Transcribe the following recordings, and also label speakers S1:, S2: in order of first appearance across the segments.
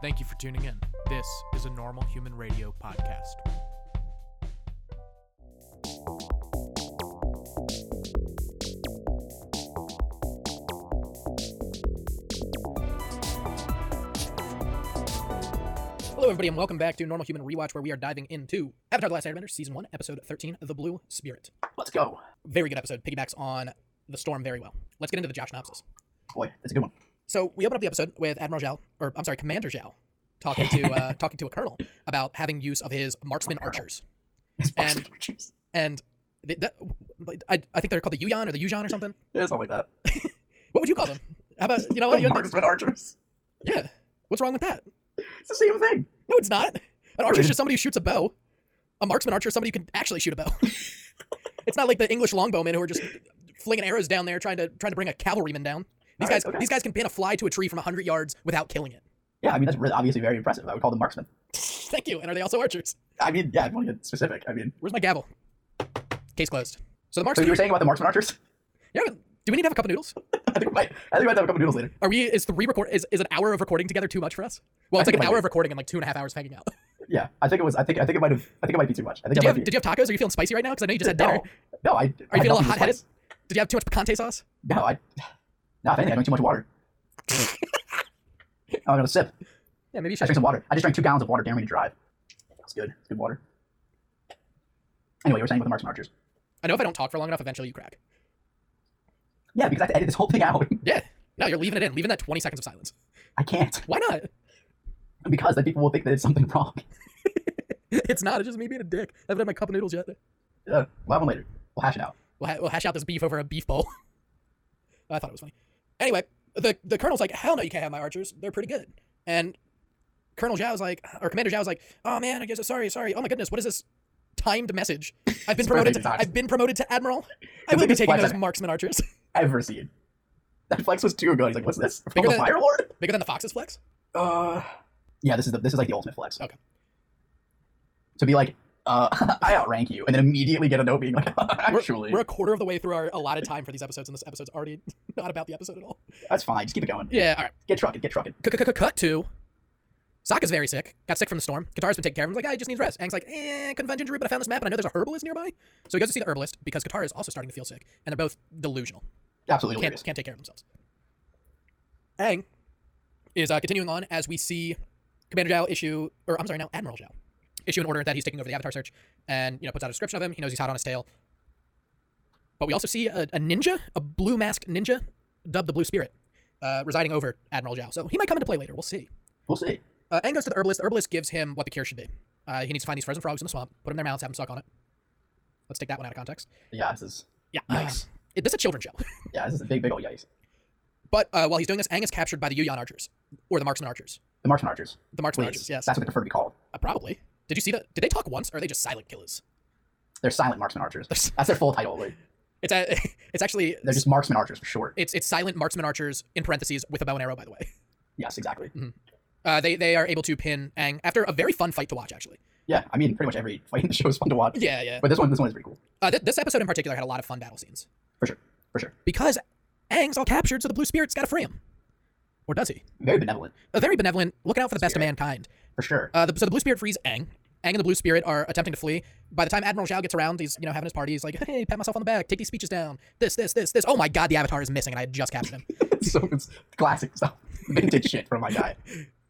S1: Thank you for tuning in. This is a Normal Human Radio podcast. Hello, everybody, and welcome back to Normal Human Rewatch, where we are diving into Avatar The Last Airbender, Season 1, Episode 13, The Blue Spirit.
S2: Let's go.
S1: Very good episode, piggybacks on The Storm very well. Let's get into the Josh Synopsis.
S2: Boy, that's a good one.
S1: So we open up the episode with Admiral Zhao, or I'm sorry, Commander Zhao, talking to uh, talking to a colonel about having use of his marksman archers, And-
S2: Jeez.
S1: and th that, I, I think they're called the Yuyan or the Yujan or something.
S2: yeah, something like that.
S1: What would you call them? How about you know what? you-
S2: Marksman archers.
S1: Yeah, what's wrong with that?
S2: It's the same thing.
S1: No, it's not. An archer is just somebody who shoots a bow. A marksman archer is somebody who can actually shoot a bow. it's not like the English longbowmen who are just flinging arrows down there trying to trying to bring a cavalryman down. These
S2: All right,
S1: guys,
S2: okay.
S1: these guys can pin a fly to a tree from hundred yards without killing it.
S2: Yeah, I mean that's really obviously very impressive. I would call them marksmen.
S1: Thank you. And are they also archers?
S2: I mean, yeah, if you want to get specific, I mean,
S1: Where's my gavel? Case closed. So the
S2: so
S1: marksman.
S2: you were saying about the marksman archers?
S1: yeah, do we need to have a cup of noodles?
S2: I think we might. I think we might have a couple noodles later.
S1: Are we? Is the re-record? Is, is an hour of recording together too much for us? Well, it's
S2: I
S1: like
S2: think
S1: an
S2: it
S1: hour
S2: might
S1: of recording and like two and a half hours of hanging out.
S2: Yeah, I think it was. I think. I think it might have. I think it might be too much. I think
S1: Did you,
S2: it
S1: have,
S2: might
S1: did you have tacos? Are you feeling spicy right now? Because I know you just had dinner.
S2: No, no, I. Are you
S1: feeling a little hot-headed? Did you have too much picante sauce?
S2: No, I. No, if anything, I drank too much water. I'm gonna sip.
S1: Yeah, maybe you
S2: I
S1: should.
S2: drank some water. I just drank two gallons of water. Damn me to drive. That's good. It's good water. Anyway, you were saying about the marksman archers.
S1: I know if I don't talk for long enough, eventually you crack.
S2: Yeah, because I have to edit this whole thing out.
S1: Yeah. No, you're leaving it in, leaving that 20 seconds of silence.
S2: I can't
S1: Why not?
S2: because then people will think that it's something wrong.
S1: It's not. It's just me being a dick. I haven't had my cup of noodles yet.
S2: Uh, we'll have one later. We'll hash it out.
S1: We'll, ha- we'll hash out this beef over a beef bowl. I thought it was funny. Anyway, the the colonel's like, hell no, you can't have my archers. They're pretty good. And Colonel Zhao's like, or Commander Zhao's like, oh man, I guess sorry, sorry. Oh my goodness, what is this timed message? I've been promoted.
S2: perfect
S1: To,
S2: time.
S1: I've been promoted to admiral. I will be
S2: biggest
S1: taking
S2: flex
S1: those
S2: I've-
S1: marksman archers.
S2: Ever seen? That flex was two ago. He's like, what's this? From
S1: Bigger
S2: the
S1: than-
S2: Fire Lord?
S1: Bigger than the fox's flex.
S2: Uh, yeah. This is the this is like the ultimate flex.
S1: Okay.
S2: To be like, uh, I outrank you, and then immediately get a note being like,
S1: We're-
S2: actually,
S1: we're a quarter of the way through our allotted time for these episodes, and this episode's already not about the episode at all.
S2: that's fine. Just keep it going.
S1: Yeah. All right.
S2: Get trucking. Get trucking.
S1: Cut to. Sokka's very sick. Got sick from the storm. Katara's been taken care of. He's like, I just need rest. Aang's like, eh, couldn't find ginger root, but I found this map, and I know there's a herbalist nearby. So he goes to see the herbalist because Katara is also starting to feel sick, and they're both delusional.
S2: Absolutely
S1: Can't,
S2: hilarious.
S1: can't take care of themselves. Aang is uh, continuing on as we see Commander Zhao issue, or I'm sorry, now Admiral Zhao issue an order that he's taking over the Avatar search, and you know puts out a description of him. He knows he's hot on his tail. But we also see a, a ninja, a blue masked ninja, dubbed the Blue Spirit, uh, residing over Admiral Zhao. So he might come into play later. We'll see.
S2: We'll see.
S1: Uh, Aang goes to the herbalist. The herbalist gives him what the cure should be. Uh, he needs to find these frozen frogs in the swamp, put them in their mouths, have them suck on it. Let's take that one out of context.
S2: Yeah, this is
S1: Yeah,
S2: yikes.
S1: It, this is a children's show.
S2: yeah, this is a big, big old yikes.
S1: But uh, while he's doing this, Aang is captured by the Yuyan archers, or the marksman archers.
S2: The marksman archers.
S1: The marksman
S2: Please.
S1: archers, yes.
S2: That's what they prefer to be called.
S1: Uh, probably. Did you see that? Did they talk once, or are they just silent killers?
S2: They're silent marksman archers.
S1: They're s-
S2: That's their full title. Like,
S1: It's a, it's actually
S2: they're just marksman archers for short.
S1: it's it's silent marksman archers in parentheses with a bow and arrow. By the way,
S2: Yes, exactly.
S1: uh, they they are able to pin Aang after a very fun fight to watch. Actually,
S2: Yeah, I mean, pretty much every fight in the show is fun to watch.
S1: yeah, yeah.
S2: But this one, this one is pretty cool
S1: Uh, th- this episode in particular had a lot of fun battle scenes
S2: for sure, for sure.
S1: because Aang's all captured, so the blue spirit's got to free him, or does he?
S2: Very benevolent
S1: A very benevolent, looking out for the best of mankind.
S2: for sure.
S1: Uh, the, so the blue spirit frees Aang. Aang and the blue spirit are attempting to flee. By the time Admiral Zhao gets around, he's you know having his party. He's like, hey, pat myself on the back, take these speeches down. This, this, this, this. Oh my God, the Avatar is missing, and I just captured him.
S2: so it's classic stuff, vintage shit from my guy.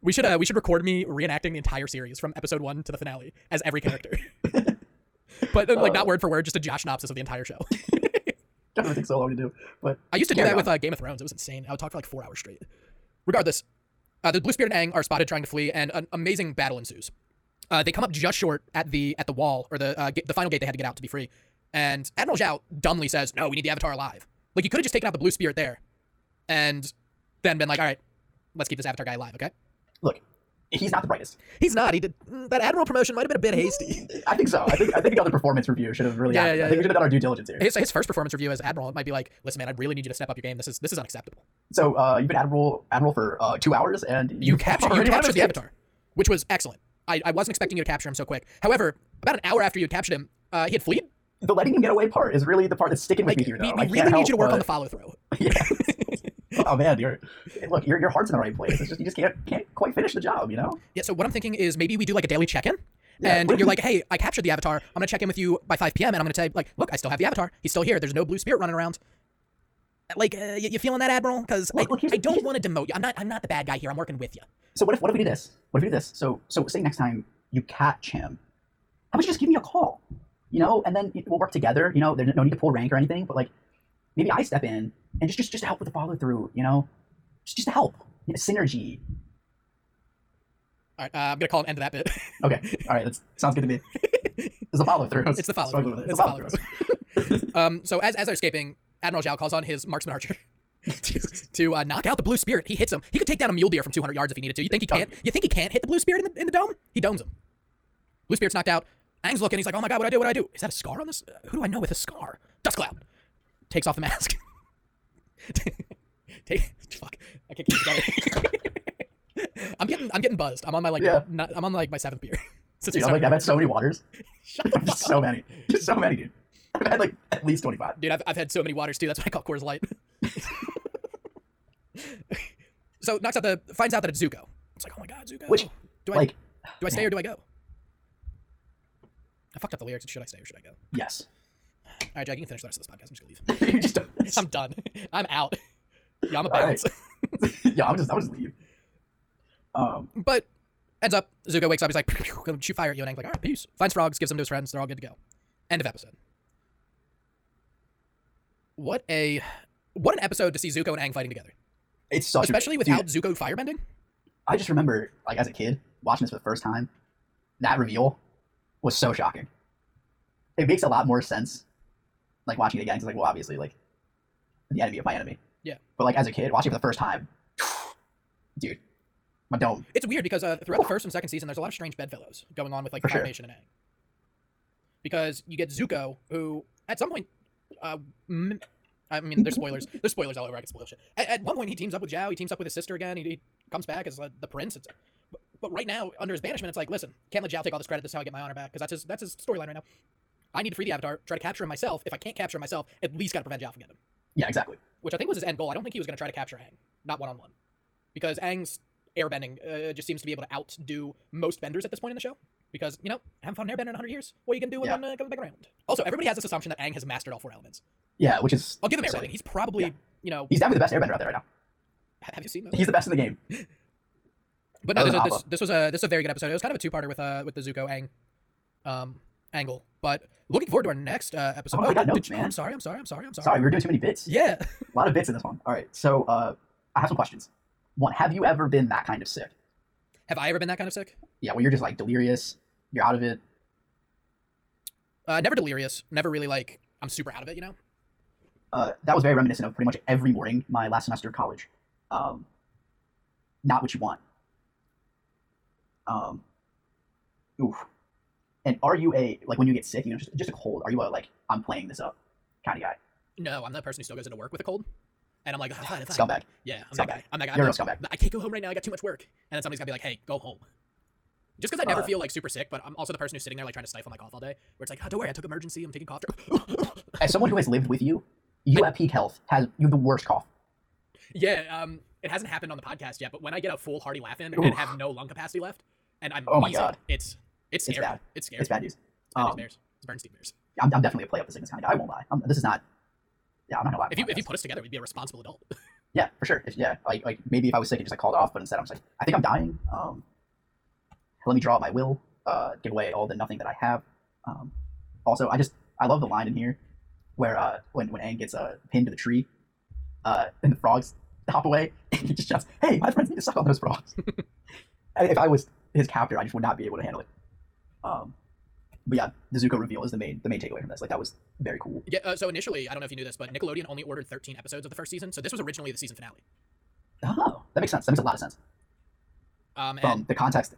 S1: We should uh, we should record me reenacting the entire series from episode one to the finale as every character. but uh, like not word for word, just a Josh synopsis of the entire show.
S2: Doesn't take so long to do, but
S1: I used to do
S2: Carry
S1: that
S2: on.
S1: with uh, Game of Thrones. It was insane. I would talk for like four hours straight. Regardless, uh, the Blue Spirit and Aang are spotted trying to flee, and an amazing battle ensues. Uh, they come up just short at the at the wall or the uh, ga- the final gate they had to get out to be free. And Admiral Zhao dumbly says, "No, we need the Avatar alive." Like you could have just taken out the Blue Spirit there, and then been like, "All right, let's keep this Avatar guy alive." Okay,
S2: look, he's not the brightest.
S1: he's not. He did mm, that Admiral promotion might have been a bit hasty.
S2: I think so. I think I think the other performance review should have really.
S1: Yeah,
S2: happened.
S1: yeah,
S2: I
S1: yeah.
S2: think we should have done our due diligence here.
S1: his, his first performance review as admiral it might be like listen man i really need you to step up your game this is this is unacceptable
S2: So uh, you've been admiral admiral for uh, two hours, and
S1: you captured, you
S2: already
S1: captured the
S2: escaped.
S1: avatar which was excellent I, I wasn't expecting you to capture him so quick however about an hour after you captured him uh, he had fleed
S2: The letting him get away part is really the part that's sticking with
S1: like
S2: me
S1: we,
S2: here. Though.
S1: we
S2: I
S1: really
S2: can't
S1: need you to work
S2: help
S1: on the follow through
S2: but- yeah. oh man, you're look, your your heart's in the right place. It's just you just can't can't quite finish the job, you know?
S1: Yeah, so what I'm thinking is maybe we do like a daily check in.
S2: Yeah.
S1: And you're like, hey, I captured the avatar. I'm gonna check in with you by 5 p.m. and I'm gonna say, like, look, I still have the avatar. He's still here. There's no blue spirit running around. Like, uh, y- you feeling that, Admiral? Because I,
S2: Look, look, here's
S1: I
S2: the-
S1: don't
S2: here's-
S1: want to demote you. I'm not. I'm not the bad guy here. I'm working with you.
S2: So what if what if we do this? What if we do this? So so say next time you catch him, how about you just give me a call? You know, and then we'll work together. You know, there's no need to pull rank or anything, but like maybe I step in and just just just help with the follow through. You know, just just to help synergy.
S1: All right, uh, I'm gonna call an end to that bit.
S2: Okay, all right, that sounds good to me. It's the follow through.
S1: it's the follow. through. It's the follow. um, so as as they're escaping, Admiral Zhao calls on his marksman archer. to to uh, knock out the blue spirit, he hits him. He could take down a mule deer from 200 yards if he needed to. You think he can't? You think he can't hit the blue spirit in the, in the dome? He domes him. Blue spirit's knocked out. Ang's looking. He's like, "Oh my god, what do I do? What do I do? Is that a scar on this? Uh, who do I know with a scar? Dust cloud." Takes off the mask. Take, fuck. I can't keep it together. I'm getting I'm getting buzzed. I'm on my like
S2: Yeah.
S1: not, I'm on like my seventh beer. Since
S2: Dude,
S1: it's
S2: I'm like,
S1: summer.
S2: I've had so many waters.
S1: Shut the fuck
S2: I've just so many. Just so many, dude. I've had like at least 25.
S1: Dude, I've, I've had so many waters too. That's why I call Coors Light. so knocks out the finds out that it's Zuko. It's like, oh my god, Zuko.
S2: Which,
S1: do I
S2: Like,
S1: do I stay or do I go? I fucked up the lyrics. Should I stay or should I go? All
S2: yes.
S1: right, Jack, you can finish the rest of this podcast. I'm just gonna leave.
S2: you just don't.
S1: I'm done. I'm out. Yeah, I'm a
S2: All right.
S1: bounce.
S2: yeah, I'm just, I'll just leave. Um,
S1: But ends up, Zuko wakes up. He's like, "Pew, pew," gonna shoot fire at Yonang. Like, all right, peace. Finds frogs, gives them to his friends. They're all good to go. End of episode. What a what an episode to see Zuko and Aang fighting together,
S2: it's such
S1: especially
S2: a,
S1: without
S2: Dude,
S1: Zuko firebending.
S2: I just remember, like, as a kid, watching this for the first time, that reveal was so shocking. It makes a lot more sense, like, watching it again. 'cause, like, well, obviously, like, the enemy of my enemy.
S1: Yeah.
S2: But, like, as a kid, watching it for the first time, dude, my dome.
S1: It's weird because uh, throughout the first and second season, there's a lot of strange bedfellows going on with like
S2: For
S1: Fire
S2: sure.
S1: Nation and Aang. Because you get Zuko, who at some point, uh, m- I mean, there's spoilers. There's spoilers all over. I can spoil shit. At, at one point, he teams up with Zhao. He teams up with his sister again. He, he comes back as uh, the prince. It's, but, but right now, under his banishment, it's like, listen, can't let Zhao take all this credit. This is how I get my honor back because that's his that's his storyline right now. I need to free the Avatar. Try to capture him myself. If I can't capture him myself, at least gotta prevent Zhao from getting him
S2: Yeah, exactly.
S1: which I think was his end goal. I don't think he was going to try to capture Aang, not one on one, because Aang's airbending uh, just seems to be able to outdo most benders at this point in the show. Because you know, haven't found an airbender in 100 years. What are you going to do when
S2: Yeah.
S1: uh, comes back around? Also, everybody has this assumption that Aang has mastered all four elements.
S2: Yeah, which is.
S1: I'll give him
S2: so-
S1: airbending. He's probably
S2: Yeah.
S1: you know,
S2: He's definitely the best airbender out there right now.
S1: ha- have you seen those?
S2: He's the best in the game.
S1: But no,
S2: Other
S1: this,
S2: than
S1: this,
S2: Appa.
S1: this was a this was a very good episode. It was kind of a two parter with uh with the Zuko Aang, um, angle. But looking forward to our next uh, episode.
S2: Oh my God,
S1: did-
S2: no,
S1: did you- I'm
S2: man.
S1: sorry. I'm sorry. I'm sorry. I'm sorry.
S2: Sorry, we were doing too many bits.
S1: Yeah.
S2: A lot of bits in this one. All right, so uh, I have some questions. One, have you ever been that kind of sick?
S1: Have I ever been that kind of sick?
S2: Yeah, where you're just like delirious, you're out of it.
S1: Uh, never delirious. Never really like I'm super out of it. You know.
S2: Uh, that was very reminiscent of pretty much every morning my last semester of college. Um, not what you want. Um, oof. And are you a like when you get sick, you know, just, just a cold? Are you a like I'm playing this up kind of guy?
S1: No, I'm that person who still goes into work with a cold. And I'm like, oh, it's fine."
S2: Scumbag.
S1: yeah, I'm that
S2: Scumbag.
S1: guy. I'm that guy. I'm
S2: You're a
S1: like,
S2: scumbag.
S1: I can't go home right now. I got too much work. And then somebody's gonna be like, hey, go home. Just because I never
S2: Uh,
S1: feel like super sick, but I'm also the person who's sitting there like trying to stifle my cough all day. Where it's like, oh, don't worry, I took emergency. I'm taking cough drop.
S2: As someone who has lived with you, you at peak health has you have the worst cough.
S1: yeah, um, it hasn't happened on the podcast yet, but when I get a full hearty laugh in and
S2: Oof.
S1: have no lung capacity left, and I'm
S2: Oh my
S1: wheezing,
S2: God.
S1: it's it's
S2: It's
S1: scary.
S2: bad.
S1: It's scary.
S2: It's bad news.
S1: It's bad as
S2: Um,
S1: bears. It's Bernstein bears.
S2: I'm, I'm definitely a play up the sickness kind of guy. I won't lie. I'm, this is not. Yeah, I'm not gonna lie.
S1: If you if you
S2: Podcast.
S1: put us together, we'd be a responsible adult.
S2: yeah, for sure. If, yeah, like, like maybe if I was sick and just like called off, but instead I'm just like, I think I'm dying. Um, let me draw out my will. Uh, give away all the nothing that I have. Um, also, I just I love the line in here where uh when when Aang gets uh, pinned to the tree, uh, and the frogs hop away, and he just shouts, "Hey, my friends need to suck on those frogs." I- if I was his captor, I just would not be able to handle it. Um, but yeah, the Zuko reveal is the main the main takeaway from this. Like that was very cool.
S1: yeah. Uh, so initially, I don't know if you knew this, but Nickelodeon only ordered 13 episodes of the first season, so this was originally the season finale.
S2: Oh, that makes sense. That makes a lot of sense.
S1: Um, and
S2: from the context.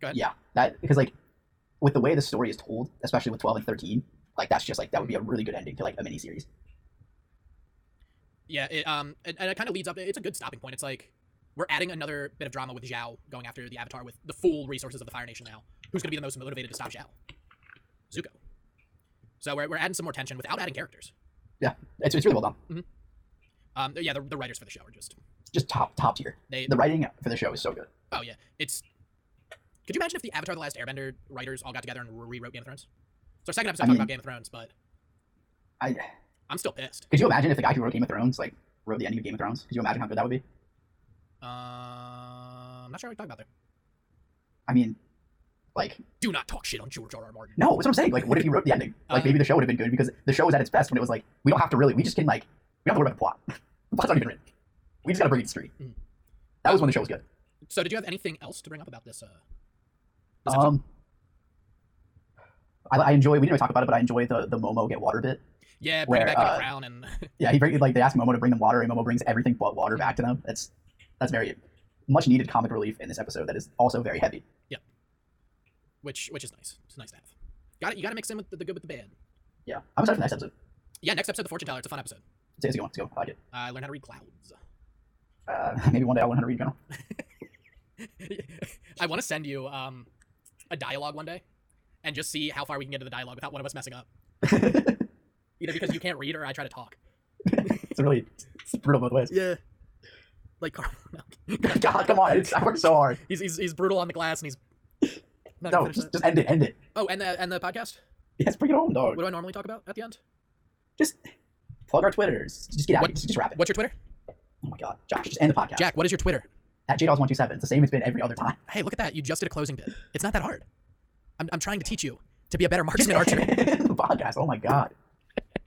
S1: Go ahead.
S2: Yeah, that because like with the way the story is told, especially with twelve and thirteen, like that's just like that would be a really good ending to like a mini series.
S1: Yeah, it, um, and, and it kind of leads up. It's a good stopping point. It's like we're adding another bit of drama with Zhao going after the Avatar with the full resources of the Fire Nation now. Who's going to be the most motivated to stop Zhao? Zuko. So we're, we're adding some more tension without adding characters.
S2: It's, it's really well done.
S1: Um, yeah, the, the writers for the show are just
S2: Just top top tier.
S1: they.
S2: The writing for the show is so good.
S1: Oh yeah, it's. Could you imagine if the Avatar: The Last Airbender writers all got together and rewrote Game of Thrones? So our second episode
S2: I
S1: talking
S2: mean-
S1: about Game of Thrones, but
S2: I
S1: I'm still pissed.
S2: could you imagine if the guy who wrote Game of Thrones like wrote the ending of Game of Thrones? Could you imagine how good that would be?
S1: Um, I'm Um, not sure what we talked about there.
S2: I mean, like
S1: Do not talk shit on George R. R. Martin.
S2: no, that's what I'm saying. Like, what if he wrote the ending? Like
S1: Uh,
S2: maybe the show would have been good because the show was at its best when it was like we don't have to really. We just can like we don't have to worry about the plot. the plot's not even written. We just gotta bring it to the street.
S1: Mm.
S2: That was when the show was good.
S1: So did you have anything else to bring up about this? Uh, this episode?
S2: Um, I, I enjoy. We didn't really talk about it, but I enjoy the the Momo get water bit.
S1: yeah, bring
S2: where,
S1: back the
S2: uh,
S1: crown and
S2: Yeah, he bring, like they ask Momo to bring them water, and Momo brings everything but water back to them. That's that's very much needed comic relief in this episode. That is also very heavy.
S1: which which is nice. It's nice to have. Got it. You got to mix in with the, the good with the bad.
S2: Yeah, I'm excited for the next episode.
S1: Yeah, next episode, the fortune teller. It's a fun episode.
S2: It's, it's a good one. It's a good one. I like it.
S1: I learned how to read clouds.
S2: Uh, maybe one day I want to read general.
S1: I want to send you um, a dialogue one day, and just see how far we can get to the dialogue without one of us messing up.
S2: it's
S1: Either because you can't read or I try to talk.
S2: really it's brutal both ways.
S1: Yeah. Like Carl.
S2: God, come on! It's, I worked so hard.
S1: He's, he's, he's brutal on the glass and he's. Not gonna
S2: No,
S1: finish
S2: just,
S1: that.
S2: just end it. End it.
S1: Oh, and the and the podcast.
S2: Yes, bring it home,
S1: What
S2: dog.
S1: do I normally talk about at the end?
S2: Just plug our twitters. Just get out. of
S1: What-
S2: it. Just, just wrap it.
S1: What's your Twitter?
S2: Oh my God, Josh, just end the podcast.
S1: Jack. What is your Twitter?
S2: At JDogs one two seven. It's the same it's been every other time.
S1: Hey, look at that! You just did a closing bit. It's not that hard. I'm, I'm trying to teach you to be a better marksman archer.
S2: the podcast. Oh my God.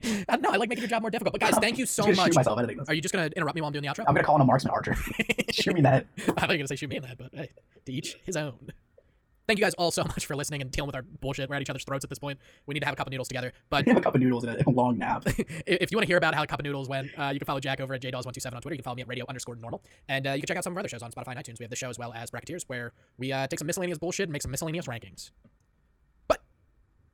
S1: I don't know. I like making your job more difficult. But guys, thank you so
S2: I'm just gonna
S1: much.
S2: shoot myself. I didn't think this-
S1: Are you just gonna interrupt me while I'm doing the outro?
S2: I'm gonna call him a marksman archer. shoot me in the head.
S1: I thought you were gonna say shoot me in the head, but hey, to each his own. Thank you guys all so much for listening and dealing with our bullshit. We're at each other's throats at this point. We need to have a cup of noodles together. But
S2: have a cup of noodles and a long nap.
S1: i- if you want to hear about how a cup of noodles went, uh, you can follow Jack over at jdaws127 on Twitter. You can follow me at radio underscore normal. And uh, you can check out some of our other shows on Spotify and iTunes. We have the show as well as Bracketeers, where we uh, take some miscellaneous bullshit and make some miscellaneous rankings. But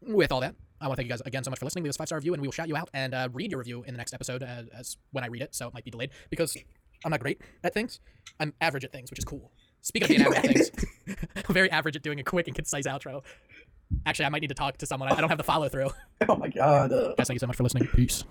S1: with all that, I want to thank you guys again so much for listening. Leave us a five star review, and we will shout you out and uh, read your review in the next episode as, as when I read it. So it might be delayed because I'm not great at things. I'm average at things, which is cool. Speaking of being average at things, I'm very average at doing a quick and concise outro. Actually, I might need to talk to someone. I I don't have the follow through.
S2: Oh my god. uh.
S1: Guys, thank you so much for listening. Peace.